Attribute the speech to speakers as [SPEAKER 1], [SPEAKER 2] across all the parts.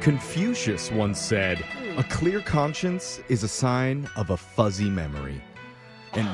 [SPEAKER 1] Confucius once said, A clear conscience is a sign of a fuzzy memory. And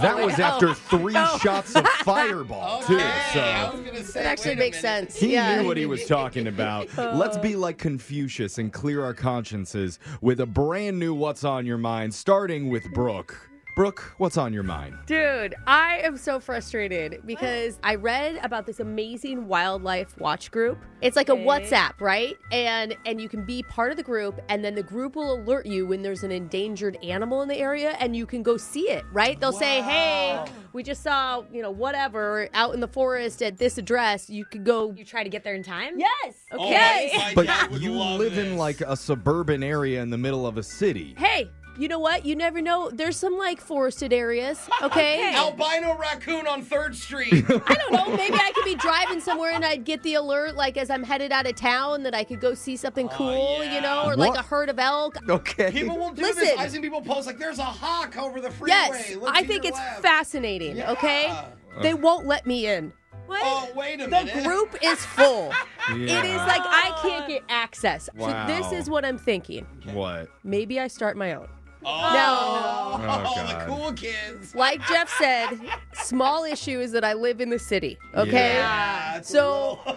[SPEAKER 1] that was after three shots of fireball, too. So
[SPEAKER 2] gonna say,
[SPEAKER 3] That actually makes sense.
[SPEAKER 1] he
[SPEAKER 3] yeah.
[SPEAKER 1] knew what he was talking about. Let's be like Confucius and clear our consciences with a brand new What's on Your Mind, starting with Brooke. Brooke, what's on your mind?
[SPEAKER 3] Dude, I am so frustrated because I read about this amazing wildlife watch group. It's like a WhatsApp, right? And and you can be part of the group and then the group will alert you when there's an endangered animal in the area and you can go see it, right? They'll say, "Hey, we just saw, you know, whatever out in the forest at this address. You could go
[SPEAKER 4] You try to get there in time?
[SPEAKER 3] Yes.
[SPEAKER 4] Oh,
[SPEAKER 3] Yes.
[SPEAKER 4] my
[SPEAKER 1] But
[SPEAKER 2] I would
[SPEAKER 1] you
[SPEAKER 2] love
[SPEAKER 1] live in
[SPEAKER 2] this.
[SPEAKER 1] like a suburban area in the middle of a city.
[SPEAKER 3] Hey, you know what? You never know. There's some like forested areas, okay?
[SPEAKER 2] albino raccoon on Third Street.
[SPEAKER 3] I don't know. Maybe I could be driving somewhere and I'd get the alert, like as I'm headed out of town, that I could go see something cool,
[SPEAKER 2] Oh, yeah.
[SPEAKER 3] you know, or like
[SPEAKER 1] What?
[SPEAKER 3] a herd of elk.
[SPEAKER 1] Okay.
[SPEAKER 2] people will do this.
[SPEAKER 3] Listen.
[SPEAKER 2] I've seen people post like, "There's a hawk over the freeway."
[SPEAKER 3] Yes,
[SPEAKER 2] Look
[SPEAKER 3] I
[SPEAKER 2] to
[SPEAKER 3] think
[SPEAKER 2] your
[SPEAKER 3] it's
[SPEAKER 2] left."
[SPEAKER 3] fascinating,
[SPEAKER 2] Yeah. Uh.
[SPEAKER 3] okay? They won't let me in.
[SPEAKER 4] What?
[SPEAKER 2] Oh wait a
[SPEAKER 3] The
[SPEAKER 2] minute.
[SPEAKER 3] group is full. It is
[SPEAKER 1] Yeah.
[SPEAKER 3] like I can't get access.
[SPEAKER 1] Wow.
[SPEAKER 3] So this is what I'm thinking.
[SPEAKER 1] What?
[SPEAKER 3] Maybe I start my own.
[SPEAKER 2] Oh,
[SPEAKER 3] No.
[SPEAKER 2] oh,
[SPEAKER 1] Oh,
[SPEAKER 2] the
[SPEAKER 1] God.
[SPEAKER 2] cool kids.
[SPEAKER 3] Like Jeff said, small issue is that I live in the city, okay?
[SPEAKER 2] Yeah, it's
[SPEAKER 3] So-
[SPEAKER 2] a little-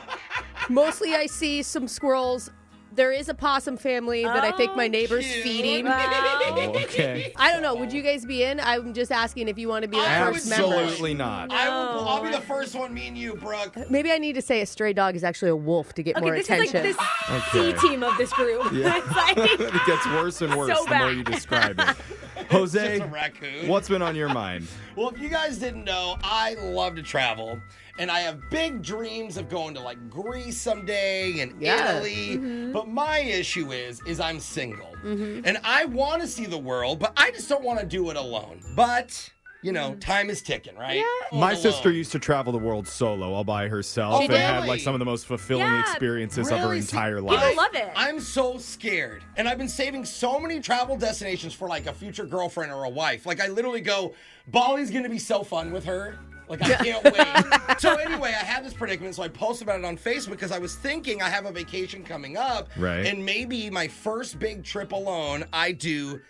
[SPEAKER 3] Mostly I see some squirrels. There is a possum family that I think my
[SPEAKER 4] Oh,
[SPEAKER 3] neighbor's
[SPEAKER 2] cute.
[SPEAKER 3] feeding.
[SPEAKER 4] Wow.
[SPEAKER 1] Okay.
[SPEAKER 3] I don't know. Would you guys be in? I'm just asking if you want to be the
[SPEAKER 2] I would
[SPEAKER 3] first member.
[SPEAKER 1] Absolutely not.
[SPEAKER 2] I will, I'll be the first one. Me and you, Brooke.
[SPEAKER 3] Maybe I need to say a stray dog is actually a wolf to get
[SPEAKER 4] Okay,
[SPEAKER 3] more
[SPEAKER 4] this
[SPEAKER 3] attention.
[SPEAKER 4] is like the
[SPEAKER 1] Okay.
[SPEAKER 4] C team of this group.
[SPEAKER 1] Yeah.
[SPEAKER 4] it's like,
[SPEAKER 1] it gets worse and worse
[SPEAKER 4] So
[SPEAKER 1] the more
[SPEAKER 4] bad.
[SPEAKER 1] you describe it.
[SPEAKER 2] It's
[SPEAKER 1] Jose,
[SPEAKER 2] a raccoon.
[SPEAKER 1] what's been on your mind?
[SPEAKER 2] Well, if you guys didn't know, I love to travel, and I have big dreams of going to like Greece someday and
[SPEAKER 3] Yeah.
[SPEAKER 2] Italy. But my issue is, is I'm single, and I want to see the world, but I just don't want to do it alone. But you know, time is ticking, right? All
[SPEAKER 1] My
[SPEAKER 2] alone.
[SPEAKER 1] sister used to travel the world solo all by herself
[SPEAKER 2] She
[SPEAKER 1] and
[SPEAKER 2] did?
[SPEAKER 1] had like some of the most fulfilling
[SPEAKER 4] Yeah,
[SPEAKER 1] experiences of her
[SPEAKER 2] Really?
[SPEAKER 1] entire
[SPEAKER 2] See,
[SPEAKER 1] life.
[SPEAKER 4] People love it.
[SPEAKER 2] I'm so scared. And I've been saving so many travel destinations for like a future girlfriend or a wife. Like I literally go, Bali's gonna be so fun with her. Like I can't wait. So anyway, I had this predicament, so I posted about it on Facebook because I was thinking I have a vacation coming up.
[SPEAKER 1] Right.
[SPEAKER 2] And maybe my first big trip alone, I do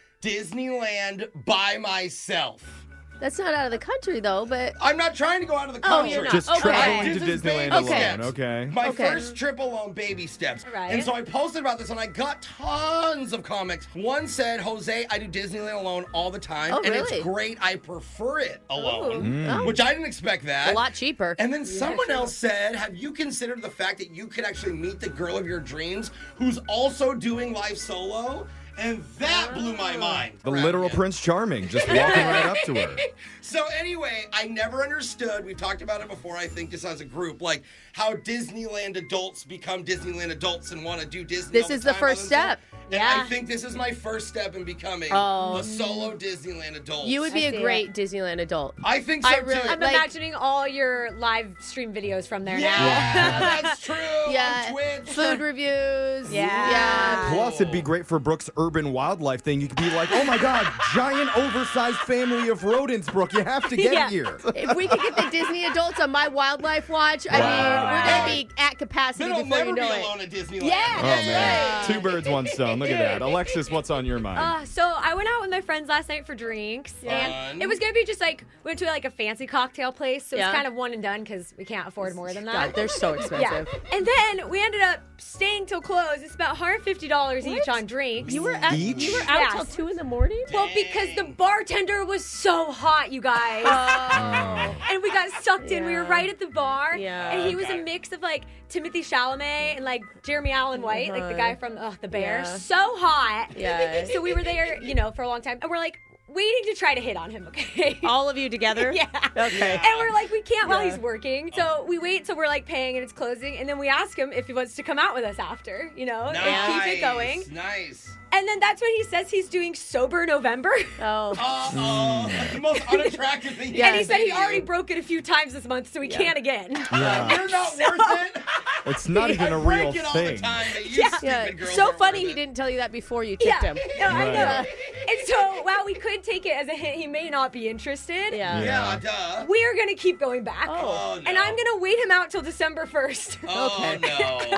[SPEAKER 2] Disneyland by myself.
[SPEAKER 3] That's not out of the country though, but
[SPEAKER 2] I'm not trying to go out of the
[SPEAKER 3] Oh,
[SPEAKER 2] country.
[SPEAKER 3] you're not.
[SPEAKER 1] Just
[SPEAKER 3] Okay.
[SPEAKER 1] traveling
[SPEAKER 2] This
[SPEAKER 1] to
[SPEAKER 2] is baby
[SPEAKER 1] Disneyland
[SPEAKER 2] steps.
[SPEAKER 1] alone. Okay.
[SPEAKER 2] My
[SPEAKER 3] Okay.
[SPEAKER 2] first trip alone, baby steps.
[SPEAKER 4] Right.
[SPEAKER 2] And so I posted about this and I got tons of comments. One said, Jose, I do Disneyland alone all the time.
[SPEAKER 3] Oh,
[SPEAKER 2] and
[SPEAKER 3] really?
[SPEAKER 2] it's great. I prefer it alone.
[SPEAKER 3] Mm. Oh.
[SPEAKER 2] Which I didn't expect that.
[SPEAKER 3] a lot cheaper.
[SPEAKER 2] And then someone else said, Have you considered the fact that you could actually meet the girl of your dreams who's also doing life solo? And that blew
[SPEAKER 3] Ah.
[SPEAKER 2] my mind.
[SPEAKER 1] the
[SPEAKER 2] Right.
[SPEAKER 1] literal
[SPEAKER 2] Yeah.
[SPEAKER 1] Prince Charming just walking right up to her.
[SPEAKER 2] So anyway, I never understood. We've talked about it before. I think just as a group, like how Disneyland adults become Disneyland adults and want to do Disney.
[SPEAKER 3] This
[SPEAKER 2] all
[SPEAKER 3] is the
[SPEAKER 2] time,
[SPEAKER 3] first
[SPEAKER 2] all this stuff.
[SPEAKER 3] step.
[SPEAKER 2] And
[SPEAKER 4] Yeah.
[SPEAKER 2] I think this is my first step in becoming
[SPEAKER 3] Oh.
[SPEAKER 2] a solo Disneyland adult.
[SPEAKER 3] you would be
[SPEAKER 4] I
[SPEAKER 3] a
[SPEAKER 4] see
[SPEAKER 3] great Disneyland adult.
[SPEAKER 2] I think so
[SPEAKER 3] I really-
[SPEAKER 2] too.
[SPEAKER 4] I'm
[SPEAKER 3] like-
[SPEAKER 4] imagining all your live stream videos from there
[SPEAKER 2] yeah, that's true.
[SPEAKER 3] yeah.
[SPEAKER 2] On Twitch.
[SPEAKER 3] Food reviews.
[SPEAKER 4] Yeah.
[SPEAKER 3] Yeah.
[SPEAKER 1] Plus, it'd be great for Brooke's urban wildlife thing. You could be like, oh my God, giant oversized family of rodents, Brooke. You have to get
[SPEAKER 4] Yeah.
[SPEAKER 1] here.
[SPEAKER 3] If we could get the Disney adults on my wildlife watch, I
[SPEAKER 1] Wow.
[SPEAKER 3] mean, we're gonna be at capacity
[SPEAKER 2] Then I'll
[SPEAKER 3] before
[SPEAKER 2] never
[SPEAKER 3] you
[SPEAKER 2] be
[SPEAKER 3] know it.
[SPEAKER 2] alone at Disneyland.
[SPEAKER 3] Yeah,
[SPEAKER 1] Oh,
[SPEAKER 3] that's
[SPEAKER 1] man.
[SPEAKER 3] right.
[SPEAKER 1] Two birds, one stone. Look at that. Alexis, what's on your mind?
[SPEAKER 4] Uh, so I went out with my friends last night for drinks,
[SPEAKER 2] Fun.
[SPEAKER 4] and it was gonna be just like we went to like a fancy cocktail place. So
[SPEAKER 3] Yeah.
[SPEAKER 4] it's kind of one and done because we can't afford more than that.
[SPEAKER 3] God, they're so expensive.
[SPEAKER 4] Yeah. And then we ended up staying till close. It's about $150 each on drinks.
[SPEAKER 3] You were at,
[SPEAKER 1] Each?
[SPEAKER 3] you were out
[SPEAKER 4] Yes.
[SPEAKER 3] till two in the morning.
[SPEAKER 4] well, because the bartender was so hot, you guys. And we got sucked in. We were
[SPEAKER 3] Yeah.
[SPEAKER 4] right at the bar.
[SPEAKER 3] Yeah.
[SPEAKER 4] And he was
[SPEAKER 2] Okay.
[SPEAKER 4] a mix of like Timothy Chalamet and like Jeremy Allen White, like the
[SPEAKER 3] Uh-huh.
[SPEAKER 4] guy from uh, The Bear.
[SPEAKER 3] Yeah.
[SPEAKER 4] So hot.
[SPEAKER 3] Yes.
[SPEAKER 4] so we were there, you know, for a long time. And we're like waiting to try to hit on him, okay?
[SPEAKER 3] all of you together.
[SPEAKER 4] Yeah.
[SPEAKER 3] Okay.
[SPEAKER 4] And we're like, we can't while
[SPEAKER 3] Yeah.
[SPEAKER 4] he's working. So we wait, so we're like paying and it's closing. And then we ask him if he wants to come out with us after, you know, and
[SPEAKER 2] Nice.
[SPEAKER 4] keep it going.
[SPEAKER 2] Nice.
[SPEAKER 4] And then that's when he says he's doing Sober November.
[SPEAKER 3] Oh.
[SPEAKER 2] Uh
[SPEAKER 1] Mm.
[SPEAKER 2] oh. the most unattractive thing. you
[SPEAKER 3] Yeah.
[SPEAKER 2] can
[SPEAKER 4] And he
[SPEAKER 2] say
[SPEAKER 4] said he
[SPEAKER 2] to
[SPEAKER 4] already
[SPEAKER 2] you.
[SPEAKER 4] broke it a few times this month, so he can't again.
[SPEAKER 1] Yeah.
[SPEAKER 2] You're not worth it.
[SPEAKER 1] It's not even a
[SPEAKER 2] I
[SPEAKER 1] real
[SPEAKER 2] break it all
[SPEAKER 1] thing.
[SPEAKER 2] the time. that You stupid
[SPEAKER 3] Yeah.
[SPEAKER 2] girls
[SPEAKER 3] So
[SPEAKER 2] are
[SPEAKER 3] funny
[SPEAKER 2] worth
[SPEAKER 3] he
[SPEAKER 2] it.
[SPEAKER 3] didn't tell you that before you
[SPEAKER 4] Yeah,
[SPEAKER 3] tipped him.
[SPEAKER 4] no, I
[SPEAKER 1] Right.
[SPEAKER 4] know. And so, wow, we could take it as a hint. He may not be interested.
[SPEAKER 3] Yeah.
[SPEAKER 2] Yeah, duh.
[SPEAKER 4] We're gonna keep going back,
[SPEAKER 3] Oh.
[SPEAKER 2] Oh,
[SPEAKER 4] and
[SPEAKER 2] no.
[SPEAKER 4] I'm gonna wait him out till December first.
[SPEAKER 2] Oh,
[SPEAKER 3] Okay.
[SPEAKER 2] no.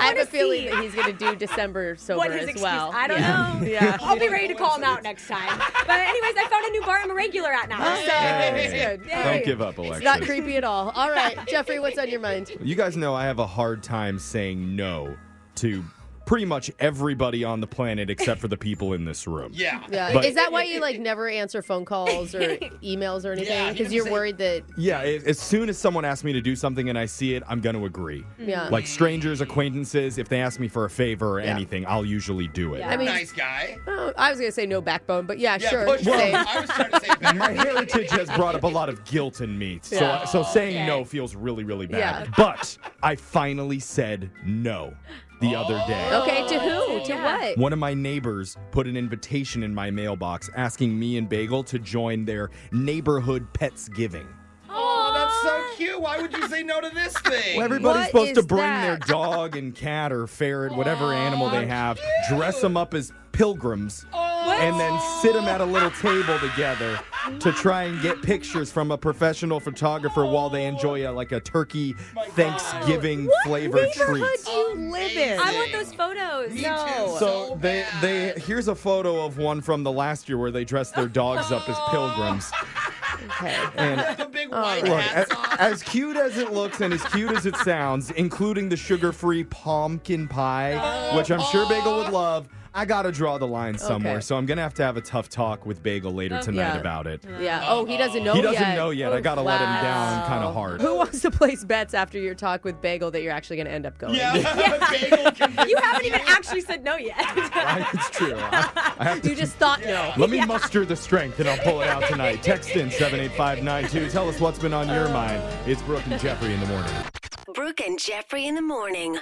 [SPEAKER 3] I have a
[SPEAKER 4] wanna
[SPEAKER 3] feeling
[SPEAKER 4] see.
[SPEAKER 3] that he's going to do December sober
[SPEAKER 4] what his
[SPEAKER 3] as
[SPEAKER 4] excuse?
[SPEAKER 3] well.
[SPEAKER 4] I don't
[SPEAKER 3] yeah.
[SPEAKER 4] know.
[SPEAKER 3] Yeah.
[SPEAKER 4] I'll be ready to call him out next time. But anyways, I found a new bar I'm a regular at now. So
[SPEAKER 1] Hey.
[SPEAKER 3] Good.
[SPEAKER 4] Yeah.
[SPEAKER 3] All
[SPEAKER 4] Hey.
[SPEAKER 3] right.
[SPEAKER 1] Don't give up,
[SPEAKER 3] It's
[SPEAKER 1] Alexis.
[SPEAKER 3] not creepy at all. All right, Jeffrey, what's on your mind?
[SPEAKER 1] You guys know I have a hard time saying no to pretty much everybody on the planet except for the people in this room.
[SPEAKER 2] Yeah.
[SPEAKER 3] Yeah.
[SPEAKER 1] But-
[SPEAKER 3] Is that why you like never answer phone calls or emails or anything?
[SPEAKER 2] Yeah,
[SPEAKER 3] Because you're worried that
[SPEAKER 1] Yeah, a- as soon as someone asks me to do something and I see it, I'm going to agree.
[SPEAKER 3] yeah.
[SPEAKER 1] Like strangers, acquaintances, if they ask me for a favor or
[SPEAKER 3] Yeah.
[SPEAKER 1] anything, I'll usually do it.
[SPEAKER 3] I mean,
[SPEAKER 2] nice guy.
[SPEAKER 3] oh, I was gonna say no backbone, but yeah,
[SPEAKER 2] Yeah,
[SPEAKER 3] sure.
[SPEAKER 2] push
[SPEAKER 3] same.
[SPEAKER 2] well, I was trying to say better.
[SPEAKER 1] My heritage has brought up a lot of guilt in me. So,
[SPEAKER 3] Yeah.
[SPEAKER 1] so saying
[SPEAKER 4] Okay.
[SPEAKER 1] no feels really, really bad.
[SPEAKER 3] Yeah.
[SPEAKER 1] But I finally said no the other day.
[SPEAKER 3] Okay, to who? To
[SPEAKER 4] Yeah.
[SPEAKER 3] what?
[SPEAKER 1] One of my neighbors put an invitation in my mailbox asking me and Bagel to join their neighborhood pets giving.
[SPEAKER 2] Oh, that's so cute. Why would you say no to this thing?
[SPEAKER 1] Well, everybody's
[SPEAKER 3] What
[SPEAKER 1] supposed to
[SPEAKER 3] is
[SPEAKER 1] bring
[SPEAKER 3] that?
[SPEAKER 1] their dog and cat or ferret, whatever animal they have, dress them up as pilgrims, and then sit them at a little table together to try and get pictures from a professional photographer while they enjoy a, like a turkey Thanksgiving flavored treat.
[SPEAKER 3] neighborhood do you live in?
[SPEAKER 4] I want those photos.
[SPEAKER 2] Me
[SPEAKER 4] no.
[SPEAKER 2] too.
[SPEAKER 1] So they
[SPEAKER 2] bad.
[SPEAKER 1] they here's a photo of one from the last year where they dressed their dogs up as pilgrims. And
[SPEAKER 2] the big
[SPEAKER 3] Oh.
[SPEAKER 2] white
[SPEAKER 1] Look,
[SPEAKER 2] hats on.
[SPEAKER 1] a- as cute as it looks and as cute as it sounds, including the sugar-free pumpkin pie, which I'm sure Bagel would love. I gotta draw the line somewhere,
[SPEAKER 3] Okay.
[SPEAKER 1] so I'm gonna have to have a tough talk with Bagel later tonight
[SPEAKER 3] yeah.
[SPEAKER 1] about it.
[SPEAKER 3] Yeah. Oh, he doesn't know.
[SPEAKER 1] he doesn't
[SPEAKER 3] yet.
[SPEAKER 1] know yet. I gotta let him down kind of hard.
[SPEAKER 3] Who wants to place bets after your talk with Bagel that you're actually going to end up going?
[SPEAKER 2] Yeah, bagel can
[SPEAKER 4] You haven't even actually said no yet.
[SPEAKER 1] it's true. I, I have to
[SPEAKER 3] You just thought no.
[SPEAKER 1] Let me muster the strength and I'll pull it out tonight. Text in 78592. Tell us what's been on your mind. It's Brooke and Jeffrey in the morning.
[SPEAKER 5] Brooke and Jeffrey in the morning.